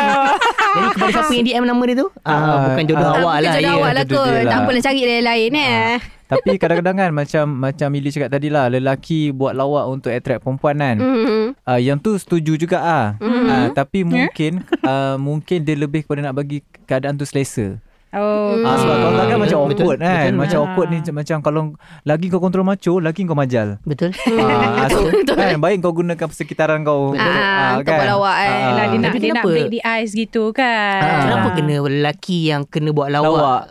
Speaker 4: Jadi kepada siapa yang DM nama dia tu ah, Bukan jodoh
Speaker 5: ah,
Speaker 4: awak
Speaker 2: Bukan
Speaker 4: lah
Speaker 2: jodoh
Speaker 4: ya.
Speaker 2: awak lah
Speaker 5: jodoh
Speaker 2: kot
Speaker 5: dia
Speaker 2: Tak
Speaker 5: lah. Ah.
Speaker 2: apalah cari yang lain eh
Speaker 5: Tapi kadang-kadang kan Macam macam Mili cakap tadi lah Lelaki buat lawak Untuk attract perempuan kan
Speaker 2: Mhm.
Speaker 5: Ah, yang tu setuju juga ah. Mm-hmm. Ah, tapi mungkin yeah? ah, mungkin dia lebih kepada nak bagi keadaan tu selesa.
Speaker 3: Oh.
Speaker 5: Ah, sebab
Speaker 4: Betul,
Speaker 5: kalau tak kan macam
Speaker 4: betul,
Speaker 5: awkward kan.
Speaker 4: betul.
Speaker 5: Macam
Speaker 3: Ah.
Speaker 5: awkward ni macam- macam kalau lagi kau kontrol macho, lagi kau majal.
Speaker 4: Betul.
Speaker 5: Ah, so, kan baik kau gunakan persekitaran kau.
Speaker 2: Ah, untuk pelawak, eh.
Speaker 5: Ah.
Speaker 3: Yelah, dia nak,
Speaker 4: Tapi
Speaker 3: dia nak
Speaker 4: kenapa?
Speaker 3: break the ice gitu kan.
Speaker 5: Ah.
Speaker 4: Kenapa kena lelaki yang kena buat lawak?
Speaker 5: Lawak.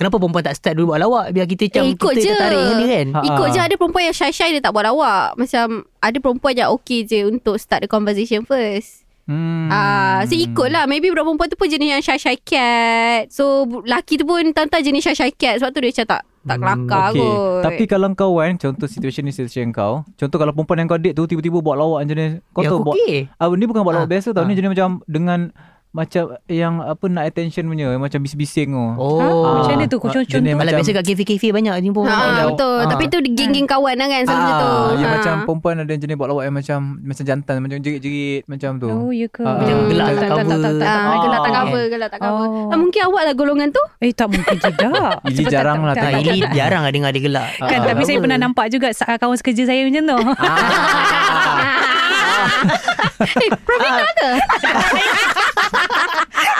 Speaker 4: Kenapa perempuan tak start dulu buat lawak? Biar kita macam
Speaker 2: Eh, ikut
Speaker 4: kita
Speaker 2: je.
Speaker 4: tertarik dengan dia kan?
Speaker 5: Ha,
Speaker 2: Ikut
Speaker 5: ah.
Speaker 2: je ada perempuan yang shy-shy dia tak buat lawak. Macam ada perempuan yang okay je untuk start the conversation first.
Speaker 5: Hmm.
Speaker 2: Ah, so ikut lah. Maybe budak perempuan tu pun jenis yang shy-shy cat. So bu- laki tu pun tanta jenis shy-shy cat. Sebab tu dia macam tak tak kelakar
Speaker 5: Okay.
Speaker 2: kot.
Speaker 5: Hmm,
Speaker 2: Ha,
Speaker 5: Tapi kalau kawan Contoh situation ni Situation kau Contoh kalau perempuan yang kau date tu Tiba-tiba buat lawak jenis Kau
Speaker 4: Ya,
Speaker 5: tahu
Speaker 4: aku
Speaker 5: buat
Speaker 4: okey.
Speaker 5: ah, Ni bukan buat lawak
Speaker 4: Ah,
Speaker 5: biasa tau
Speaker 4: ah.
Speaker 5: Ni jenis macam Dengan Macam Yang apa Nak attention punya yang Macam bising-bising tu
Speaker 4: Oh.
Speaker 3: Ha? Macam
Speaker 5: Ah.
Speaker 3: mana tu? Kocong-kocong
Speaker 5: Jenis
Speaker 3: tu.
Speaker 4: Malah
Speaker 5: Macam-
Speaker 4: biasa kat kafe-kafe banyak ni pun.
Speaker 2: Ha, betul.
Speaker 5: Ah.
Speaker 2: Tapi tu geng-geng kawan lah kan. So macam tu.
Speaker 5: Ya
Speaker 2: Ha.
Speaker 5: macam perempuan ada yang jenis buat lawak yang macam Macam jantan Macam jerit-jerit Macam tu
Speaker 3: Oh, ya ke?
Speaker 5: Ah.
Speaker 4: Macam
Speaker 5: Ah.
Speaker 4: gelak
Speaker 3: Tak,
Speaker 4: tak
Speaker 3: tak, tak,
Speaker 4: cover.
Speaker 3: tak, tak,
Speaker 2: Ah,
Speaker 5: tak.
Speaker 2: gelap tak
Speaker 5: Ah.
Speaker 2: cover, gelap tak cover.
Speaker 3: Oh.
Speaker 2: Ah, mungkin awak lah golongan tu.
Speaker 3: Eh, tak mungkin juga.
Speaker 5: Ili
Speaker 3: Cepat
Speaker 5: jarang lah,
Speaker 4: Tak,
Speaker 5: tak,
Speaker 4: Ili Ah, jarang ada dengar dia gelak.
Speaker 3: Ah. Kan,
Speaker 5: Ah,
Speaker 3: tapi saya pernah nampak juga sa- kawan sekerja saya macam tu.
Speaker 4: Ah.
Speaker 5: Ah.
Speaker 2: eh, Pravina ke?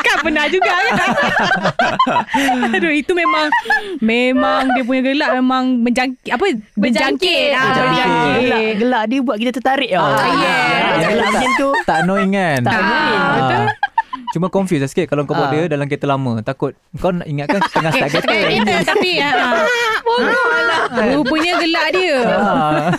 Speaker 3: kan pernah juga kan. Aduh, itu memang memang dia punya gelak memang menjangkit apa
Speaker 2: Berjangkit.
Speaker 3: berjangkit. Ah,
Speaker 5: Berjangkit.
Speaker 4: Gelak,
Speaker 3: berjangkit.
Speaker 4: gelak dia buat kita tertarik tau.
Speaker 5: Ah,
Speaker 2: ya.
Speaker 5: Yang
Speaker 4: Gelak
Speaker 5: gelak
Speaker 4: macam tu.
Speaker 5: Tak annoying kan
Speaker 4: Tak
Speaker 3: Eh.
Speaker 4: annoying.
Speaker 5: Ah.
Speaker 4: Betul.
Speaker 5: Cuma confused lah sikit Kalau kau buat
Speaker 4: Ah.
Speaker 5: dia Dalam kereta lama Takut Kau nak ingatkan Tengah start kereta
Speaker 3: Tapi tapi ha. Rupanya gelak dia.
Speaker 5: Ah.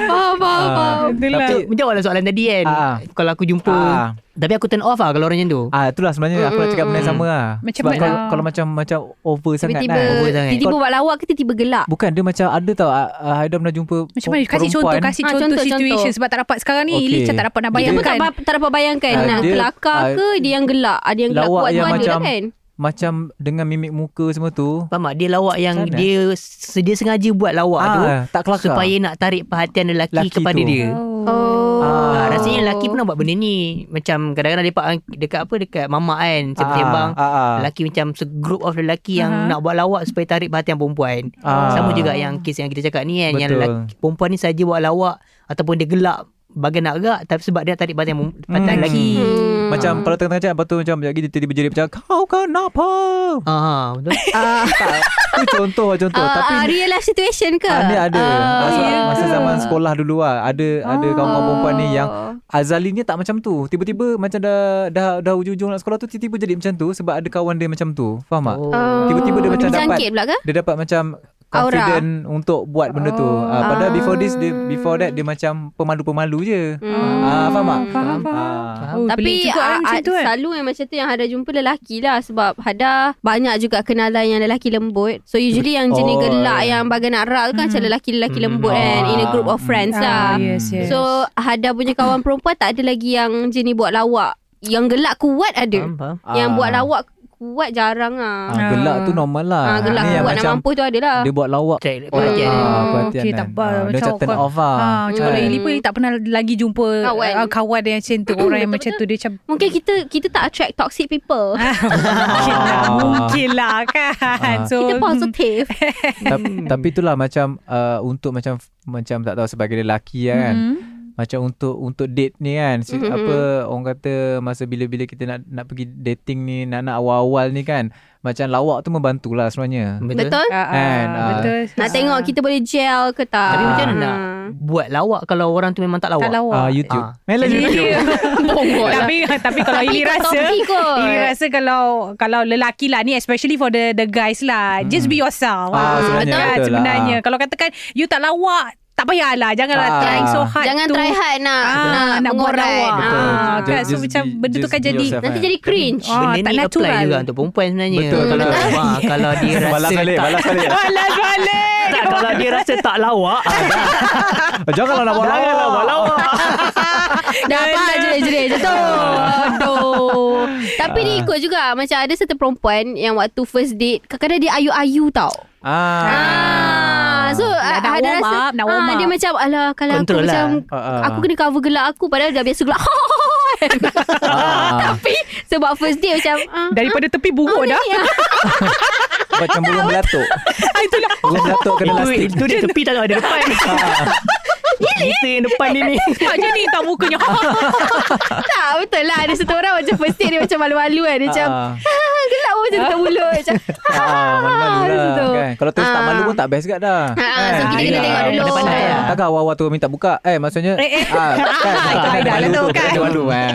Speaker 2: Faham, faham, faham.
Speaker 3: Gelak.
Speaker 4: Tapi menjawab lah soalan tadi kan.
Speaker 5: Ah.
Speaker 4: Kalau aku jumpa.
Speaker 5: Ah.
Speaker 4: Tapi aku turn off lah kalau orang macam tu.
Speaker 5: Ah itulah sebenarnya aku nak cakap benda yang sama lah.
Speaker 3: Macam
Speaker 5: Sebab
Speaker 3: mana?
Speaker 5: kalau, kalau macam macam over sangat
Speaker 2: Tiba-tiba
Speaker 5: kan.
Speaker 4: Over sangat.
Speaker 2: tiba-tiba buat lawak ke tiba-tiba gelak?
Speaker 5: Bukan dia macam ada tau ah, ah, Haida pernah jumpa
Speaker 3: Macam mana? Kasih contoh, kasih
Speaker 2: Ah,
Speaker 3: contoh,
Speaker 2: contoh,
Speaker 3: situation
Speaker 2: contoh.
Speaker 3: sebab tak dapat sekarang ni.
Speaker 5: Okey.
Speaker 3: Ili Ilicah tak dapat nak kan?
Speaker 5: Dia-
Speaker 2: Dia pun tak,
Speaker 3: bayangkan.
Speaker 2: ba- tak dapat bayangkan
Speaker 5: Ah,
Speaker 2: nak
Speaker 5: dia-
Speaker 2: kelakar
Speaker 5: ah,
Speaker 2: ke dia yang gelak. Ada yang gelak
Speaker 5: lawak
Speaker 2: kuat
Speaker 5: yang
Speaker 2: pun ada
Speaker 5: macam-
Speaker 2: lah kan?
Speaker 5: Macam dengan mimik muka semua tu.
Speaker 4: Faham tak? Dia lawak yang
Speaker 5: Macam mana?
Speaker 4: dia se- dia sengaja buat lawak
Speaker 5: Ah,
Speaker 4: tu
Speaker 5: tak kelakar.
Speaker 4: supaya nak tarik perhatian lelaki
Speaker 5: Laki
Speaker 4: kepada
Speaker 5: tu.
Speaker 4: dia.
Speaker 2: Oh.
Speaker 4: Ah, rasanya lelaki pernah buat benda ni. Macam kadang-kadang dekat dekat apa dekat mamak kan, saya bertembang. Lah,
Speaker 5: ah, ah.
Speaker 4: Lelaki macam se group of lelaki yang
Speaker 3: Aha.
Speaker 4: nak buat lawak supaya tarik perhatian perempuan.
Speaker 5: Ah.
Speaker 4: Sama juga yang kes yang kita cakap ni kan yang
Speaker 5: Betul.
Speaker 4: lelaki perempuan ni saja buat lawak ataupun dia gelak bagai nak gerak tapi sebab dia nak tarik perhatian perempuan- perhatian
Speaker 5: Hmm.
Speaker 4: lelaki.
Speaker 2: Hmm.
Speaker 5: Macam kalau tengah-tengah cakap lepas tu macam lagi dia tiba-tiba jerit macam kau kenapa?
Speaker 4: Ha betul.
Speaker 2: Ah,
Speaker 5: Itu contoh contoh
Speaker 2: ah,
Speaker 5: tapi
Speaker 2: ah, real life situation ke?
Speaker 5: Ah, ni ada
Speaker 2: Ah,
Speaker 5: Masa,
Speaker 2: ya
Speaker 5: masa
Speaker 2: ke?
Speaker 5: zaman sekolah dulu lah Ada ada kawan-kawan perempuan ni yang
Speaker 2: Oh.
Speaker 5: Azali ni tak macam tu Tiba-tiba macam dah Dah, dah ujung-ujung nak sekolah tu Tiba-tiba jadi macam tu Sebab ada kawan dia macam tu Faham tak?
Speaker 2: Oh.
Speaker 5: Tiba-tiba dia macam dapat-
Speaker 2: Berjangkit pula ke?
Speaker 5: dia dapat macam confident Aura. untuk buat benda tu.
Speaker 3: Oh.
Speaker 5: Uh, padahal
Speaker 2: Ah.
Speaker 5: before this dia before that dia macam pemalu-pemalu je.
Speaker 2: Hmm.
Speaker 5: Ah, faham tak?
Speaker 3: Faham, faham.
Speaker 5: Ah.
Speaker 3: Oh, pelik
Speaker 2: Tapi
Speaker 3: juga,
Speaker 2: ah,
Speaker 3: eh, macam
Speaker 2: ah,
Speaker 3: tu, eh.
Speaker 2: selalu yang macam tu yang Hada jumpa lelaki lah sebab Hada banyak juga kenalan yang lelaki lembut. So usually yang jenis
Speaker 5: Oh,
Speaker 2: gelak
Speaker 5: eh.
Speaker 2: yang bagai nak rak tu kan macam lelaki-lelaki
Speaker 4: Hmm.
Speaker 2: lembut kan in a group
Speaker 5: Hmm.
Speaker 2: of friends
Speaker 3: Ah,
Speaker 2: lah.
Speaker 3: yes, yes.
Speaker 2: So Hada punya kawan perempuan tak ada lagi yang jenis buat lawak. Yang gelak kuat ada.
Speaker 4: Faham, faham.
Speaker 2: Yang
Speaker 5: Ah.
Speaker 2: buat lawak kuat jarang
Speaker 5: Ah,
Speaker 2: ah.
Speaker 5: gelak tu normal lah.
Speaker 2: Ah, gelak
Speaker 5: Ni yang
Speaker 2: kuat nak
Speaker 5: macam
Speaker 2: mampu lah. tu adalah.
Speaker 5: dia buat lawak.
Speaker 4: Tarik perhatian.
Speaker 5: Ah, perhatian
Speaker 3: Okey,
Speaker 5: kan.
Speaker 3: tak apa.
Speaker 5: Ah, dia macam turn
Speaker 3: kau-
Speaker 5: off lah.
Speaker 3: Ah, macam kalau
Speaker 5: Kan?
Speaker 3: Ili pun tak pernah lagi jumpa
Speaker 2: Kawan.
Speaker 3: kawan, kawan yang macam tu. Orang yang macam
Speaker 2: Betul-betul.
Speaker 3: tu dia macam
Speaker 2: Mungkin kita kita tak attract toxic people.
Speaker 3: mungkin lah,
Speaker 5: Ah.
Speaker 3: mungkin lah kan.
Speaker 5: Ah.
Speaker 3: So,
Speaker 2: kita positif.
Speaker 5: tapi, tapi itulah macam uh, untuk macam macam tak tahu sebagai lelaki lah kan.
Speaker 3: Mhm.
Speaker 5: Macam untuk untuk date ni kan si,
Speaker 2: Mhm.
Speaker 5: apa orang kata masa bila-bila kita nak nak pergi dating ni nak nak awal-awal ni kan macam lawak tu membantulah sebenarnya.
Speaker 2: Betul?
Speaker 3: Ah, ah,
Speaker 5: And, ah,
Speaker 3: betul.
Speaker 2: Nak
Speaker 3: Ah.
Speaker 2: tengok kita boleh gel ke tak.
Speaker 4: Tapi macam mana
Speaker 2: Ah.
Speaker 4: nak buat lawak kalau orang tu memang tak lawak?
Speaker 3: Tak lawak.
Speaker 5: Ah YouTube.
Speaker 4: Ah.
Speaker 5: Melah YouTube.
Speaker 2: lah.
Speaker 3: tapi tapi kalau Ili
Speaker 2: ikut
Speaker 3: rasa
Speaker 2: Tompi kot.
Speaker 3: Ili rasa kalau kalau lelaki lah ni especially for the the guys lah just be yourself
Speaker 5: Ah, sebenarnya,
Speaker 3: kan,
Speaker 5: betul lah.
Speaker 3: sebenarnya kalau katakan you tak lawak tak payahlah janganlah
Speaker 5: Ah.
Speaker 3: trying so hard
Speaker 2: Jangan
Speaker 3: tu.
Speaker 2: try hard nak
Speaker 3: ah, nak buat
Speaker 2: mengorek.
Speaker 3: lawak
Speaker 5: Betul.
Speaker 3: ah,
Speaker 5: Just-
Speaker 3: kan so
Speaker 5: just
Speaker 3: macam
Speaker 5: be-
Speaker 3: benda tu
Speaker 5: just
Speaker 3: kan
Speaker 5: be
Speaker 3: jadi
Speaker 5: yourself.
Speaker 2: Nanti jadi cringe.
Speaker 3: Oh,
Speaker 4: Benda
Speaker 3: tak
Speaker 4: ni
Speaker 3: natural.
Speaker 4: apply juga untuk perempuan sebenarnya.
Speaker 5: Betul, betul,
Speaker 4: Kalau-
Speaker 5: betul.
Speaker 4: Ah, kalau dia rasa
Speaker 5: Balas balik,
Speaker 4: tak-
Speaker 5: balas balik.
Speaker 3: Alas balik
Speaker 4: tak, kalau dia rasa tak lawak,
Speaker 5: Janganlah nak buat lawak.
Speaker 4: janganlah buat lawak.
Speaker 2: Dapat je jerit je tu. Aduh. Tapi ni ikut juga. Macam ada satu perempuan yang waktu first date. Kadang-kadang dia ayu-ayu tau. Ah,
Speaker 5: Ah.
Speaker 2: so
Speaker 3: Nak- nak
Speaker 2: ada
Speaker 3: warm
Speaker 2: rasa
Speaker 3: up, nak warm
Speaker 2: ah, dia
Speaker 3: up.
Speaker 2: macam alah kalau
Speaker 4: Control
Speaker 2: aku
Speaker 4: lah.
Speaker 2: macam
Speaker 5: Ah, ah.
Speaker 2: aku kena cover gelak aku padahal dah biasa gelak.
Speaker 5: Ah.
Speaker 2: Tapi sebab first date macam ah,
Speaker 3: Daripada tepi
Speaker 2: ah,
Speaker 3: buruk dah
Speaker 2: ni, ah.
Speaker 5: Macam burung melatuk.
Speaker 3: Ah,
Speaker 5: Itulah. Burung melatuk kena
Speaker 4: Itu,
Speaker 5: plastik.
Speaker 4: itu dia tepi tak tahu ada depan. Kita yang depan dia ni.
Speaker 3: Mak je ni tak mukanya
Speaker 2: Ah. Tak betul lah Ada satu orang macam first date Dia macam malu-malu kan Dia macam
Speaker 5: Ah.
Speaker 2: ah, Gelap je dekat mulut. Macam,
Speaker 5: Ah, malu-malu
Speaker 2: macam tu.
Speaker 5: lah kan. Kalau terus tak
Speaker 2: Ah.
Speaker 5: malu pun tak best kat dah.
Speaker 2: Ah, ah, so
Speaker 5: Kan?
Speaker 2: kita kena
Speaker 5: Yelah.
Speaker 2: tengok dulu. Ah.
Speaker 4: Pandai-pandai lah.
Speaker 5: Takkan awal-awal tu minta buka. Eh maksudnya.
Speaker 3: Eh, eh.
Speaker 5: ah, kan,
Speaker 3: Itu beda lah
Speaker 5: malu
Speaker 3: tu,
Speaker 5: tak
Speaker 3: kan?
Speaker 5: ada malu eh.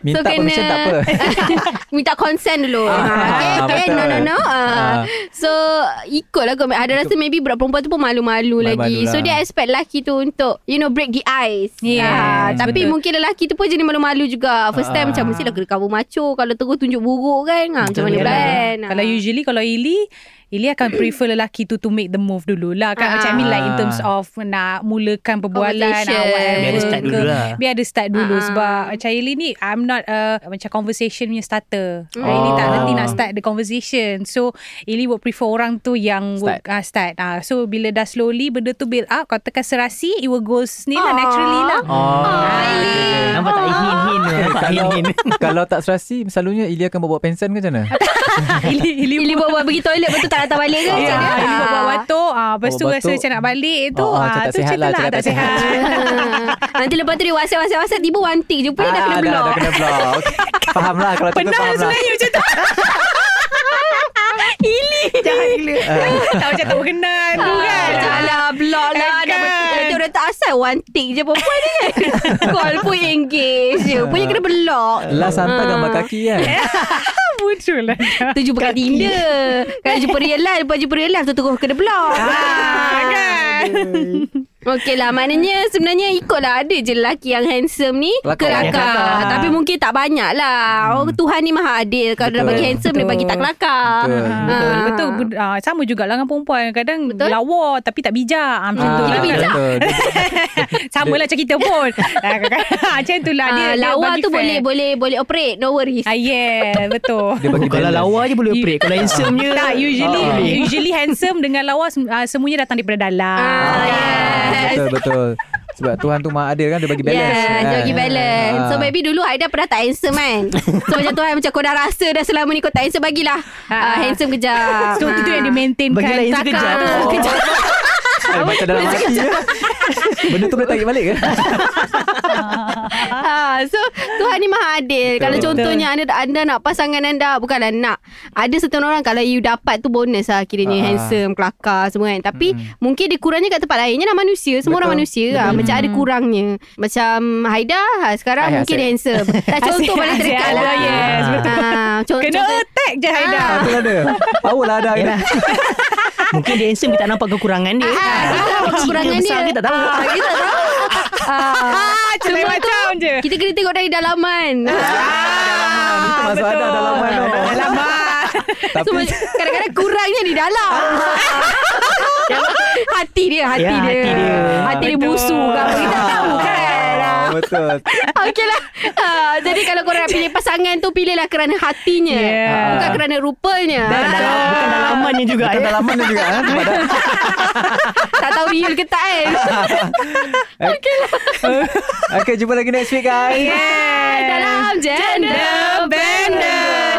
Speaker 5: Minta
Speaker 2: kena-
Speaker 5: permission tak apa.
Speaker 2: Ah. Minta consent dulu.
Speaker 5: Ah,
Speaker 2: Ah, okay, okay,
Speaker 5: betul.
Speaker 2: no, no, no. Ah.
Speaker 5: Ah.
Speaker 2: So, ikutlah kau. Ada rasa maybe budak perempuan tu pun malu-malu,
Speaker 5: Malu-malu
Speaker 2: lagi.
Speaker 5: lah.
Speaker 2: So, dia expect lelaki tu untuk, you know, break the ice.
Speaker 3: Yeah,
Speaker 2: Ah, tapi
Speaker 5: betul.
Speaker 2: mungkin lelaki tu pun jadi malu-malu juga. First time
Speaker 5: Ah.
Speaker 2: macam, mestilah kena cover macho. Kalau terus tunjuk buruk kan. Ha, macam
Speaker 4: Betul,
Speaker 2: mana
Speaker 4: betul.
Speaker 2: kan?
Speaker 3: Kan? Kalau usually kalau Ili Ili akan prefer lelaki tu to make the move dulu lah kan.
Speaker 2: Ah.
Speaker 3: Macam I mean like in
Speaker 5: Ah.
Speaker 3: terms of nak mulakan perbualan
Speaker 2: Conversation.
Speaker 3: ah, whatever
Speaker 4: Biar dia start
Speaker 3: ke.
Speaker 4: dulu lah.
Speaker 3: Biar dia start dulu
Speaker 2: Ah.
Speaker 3: sebab macam Ili ni I'm not a, macam conversation punya starter.
Speaker 2: Mm.
Speaker 3: Ili tak
Speaker 5: Oh.
Speaker 3: nanti nak start the conversation. So Ili would prefer orang tu yang start. Would, uh, start. Uh, so bila dah slowly benda tu build up kau tekan serasi it will go sendiri
Speaker 2: Ah.
Speaker 3: lah naturally lah.
Speaker 5: Oh.
Speaker 4: Nampak tak Eh, hin-hin tu, Nampak
Speaker 5: Kalau,
Speaker 4: hin-hin
Speaker 5: kalau tak serasi Selalunya Ilya akan buat pensan ke macam mana?
Speaker 3: Ili Ili
Speaker 2: Ili buat-buat pergi toilet, lepas tu tak datang balik ke?
Speaker 3: Ya,
Speaker 2: Macam mana?
Speaker 3: Ili buat batuk. Ah, lepas tu
Speaker 5: Buat
Speaker 3: rasa
Speaker 5: batuk.
Speaker 3: macam nak balik tu.
Speaker 5: Oh, oh,
Speaker 3: ah,
Speaker 5: macam tak
Speaker 3: tu
Speaker 5: sihat
Speaker 3: macam
Speaker 5: lah,
Speaker 3: tu
Speaker 5: macam
Speaker 3: tak
Speaker 5: tak sihat.
Speaker 3: sihat.
Speaker 2: Ah. Nanti lepas tu dia whatsapp-whatsapp-whatsapp Tiba one tick je Pula dah kena
Speaker 5: Ah,
Speaker 2: block
Speaker 5: Dah kena block. Okay. Faham lah kalau tu
Speaker 3: Pernah
Speaker 5: faham lah.
Speaker 3: sebenarnya macam tu Ili Jangan gila Tak macam tak berkenan tu kan
Speaker 2: Macam Ah. alah block lah
Speaker 3: Kan?
Speaker 2: Dah betul Dia orang tak asal One tick je perempuan ni kan Call pun engage je Punya kena block
Speaker 5: Last
Speaker 2: Ah.
Speaker 5: hantar Lah, gambar kaki kan.
Speaker 3: Muncul lah
Speaker 2: Tu jumpa kat Tinder Kalau jumpa real life Lepas jumpa real life Tu terus kena block
Speaker 3: Ah, kan
Speaker 2: Okey lah Maknanya sebenarnya Ikutlah ada je lelaki yang handsome ni Kelakar
Speaker 5: Kelakar.
Speaker 3: Kelakar.
Speaker 2: Tapi mungkin tak banyak lah Orang Tuhan ni maha adil Kalau dah
Speaker 5: Betul.
Speaker 2: bagi handsome Dia
Speaker 3: Betul.
Speaker 2: bagi tak kelakar
Speaker 5: Betul.
Speaker 3: Betul, betul. Bud- ah, sama jugalah dengan perempuan. Kadang
Speaker 2: Betul.
Speaker 3: lawa tapi tak bijak. Ah, macam tu
Speaker 5: Ah,
Speaker 3: lah.
Speaker 2: bijak.
Speaker 5: betul.
Speaker 3: Sama lah macam kita pun. Ah, kadang- macam tu lah. Dia,
Speaker 2: Ah,
Speaker 3: dia
Speaker 2: lawa
Speaker 3: bagi
Speaker 2: tu
Speaker 3: fair.
Speaker 2: boleh boleh boleh operate no worries
Speaker 3: Ah, yeah, betul.
Speaker 5: Dia bagi
Speaker 4: Kalau
Speaker 5: balance.
Speaker 4: lawa je boleh operate Kalau handsome je
Speaker 3: tak, usually
Speaker 5: Ah.
Speaker 3: usually handsome dengan lawa sem- ah, semuanya datang daripada dalam.
Speaker 2: Ah, yes.
Speaker 5: Betul betul. Sebab Tuhan tu Maha Adil kan dia bagi balance.
Speaker 2: Yeah, dia
Speaker 5: kan?
Speaker 2: bagi balance. So
Speaker 5: Ah.
Speaker 2: maybe dulu Aida pernah tak handsome kan. So macam Tuhan macam kau dah rasa dah selama ni kau tak handsome bagilah. Uh, handsome kejap.
Speaker 3: Ah. So tu tu yang dia maintain kan.
Speaker 4: Bagilah handsome
Speaker 3: Kelakar
Speaker 4: kejap
Speaker 3: tu.
Speaker 4: Oh.
Speaker 5: Eh, macam dalam hati ya. Benda tu boleh tarik balik kan? ke?
Speaker 2: Ha, so Tuhan ni maha adil.
Speaker 5: Betul.
Speaker 2: Kalau contohnya anda anda nak pasangan anda bukanlah nak. Ada setengah orang kalau you dapat tu bonus lah kiranya
Speaker 5: Ah.
Speaker 2: handsome, kelakar semua kan. Tapi mungkin dia kurangnya kat tempat lain. Dia lah manusia, semua
Speaker 5: Betul.
Speaker 2: orang manusia lah. Macam ada kurangnya. Macam Haida ha, sekarang
Speaker 5: Hai,
Speaker 2: mungkin
Speaker 5: Asyik.
Speaker 2: dia handsome. Tak contoh
Speaker 3: Asyik,
Speaker 2: paling
Speaker 3: asyik
Speaker 2: terdekat
Speaker 3: ada,
Speaker 2: lah.
Speaker 3: yes,
Speaker 5: betul.
Speaker 2: Ha, contoh,
Speaker 3: Kena
Speaker 2: contoh-
Speaker 3: attack je
Speaker 2: Ya.
Speaker 3: Haida.
Speaker 2: Ah.
Speaker 5: Apa lah ada? Power lah ada.
Speaker 4: Yelah. Mungkin dia handsome Kita tak nampak kekurangan dia
Speaker 2: Ah, kita tak nampak kekurangan
Speaker 4: Kecil ke besar
Speaker 2: dia.
Speaker 4: ke tak tahu
Speaker 2: Ah, kita tak tahu. Ah,
Speaker 3: Macam lain
Speaker 2: cuma tu
Speaker 3: macam je.
Speaker 2: kita kena tengok dari dalaman.
Speaker 5: Ah, itu masuk ada dalam mana.
Speaker 3: Dalaman.
Speaker 5: Tapi
Speaker 2: Cuma kadang-kadang kurangnya di dalam. hati dia, hati
Speaker 4: Ya,
Speaker 2: dia.
Speaker 4: hati dia.
Speaker 2: Hati dia
Speaker 3: Betul.
Speaker 2: busu ke apa kita tak tahu kan.
Speaker 5: Ah, Betul.
Speaker 2: Okeylah. Ah, jadi kalau korang nak pilih pasangan tu pilihlah kerana hatinya.
Speaker 3: Yeah.
Speaker 2: Bukan kerana rupanya.
Speaker 4: Bukan dalam, bukan dalamannya juga
Speaker 5: Bukan
Speaker 4: ya.
Speaker 5: dalaman dia juga kan?
Speaker 2: tak tahu real ke tak kan.
Speaker 5: Okay lah.
Speaker 2: lah.
Speaker 5: Okay, jumpa lagi next week guys.
Speaker 2: Dalam gender bender.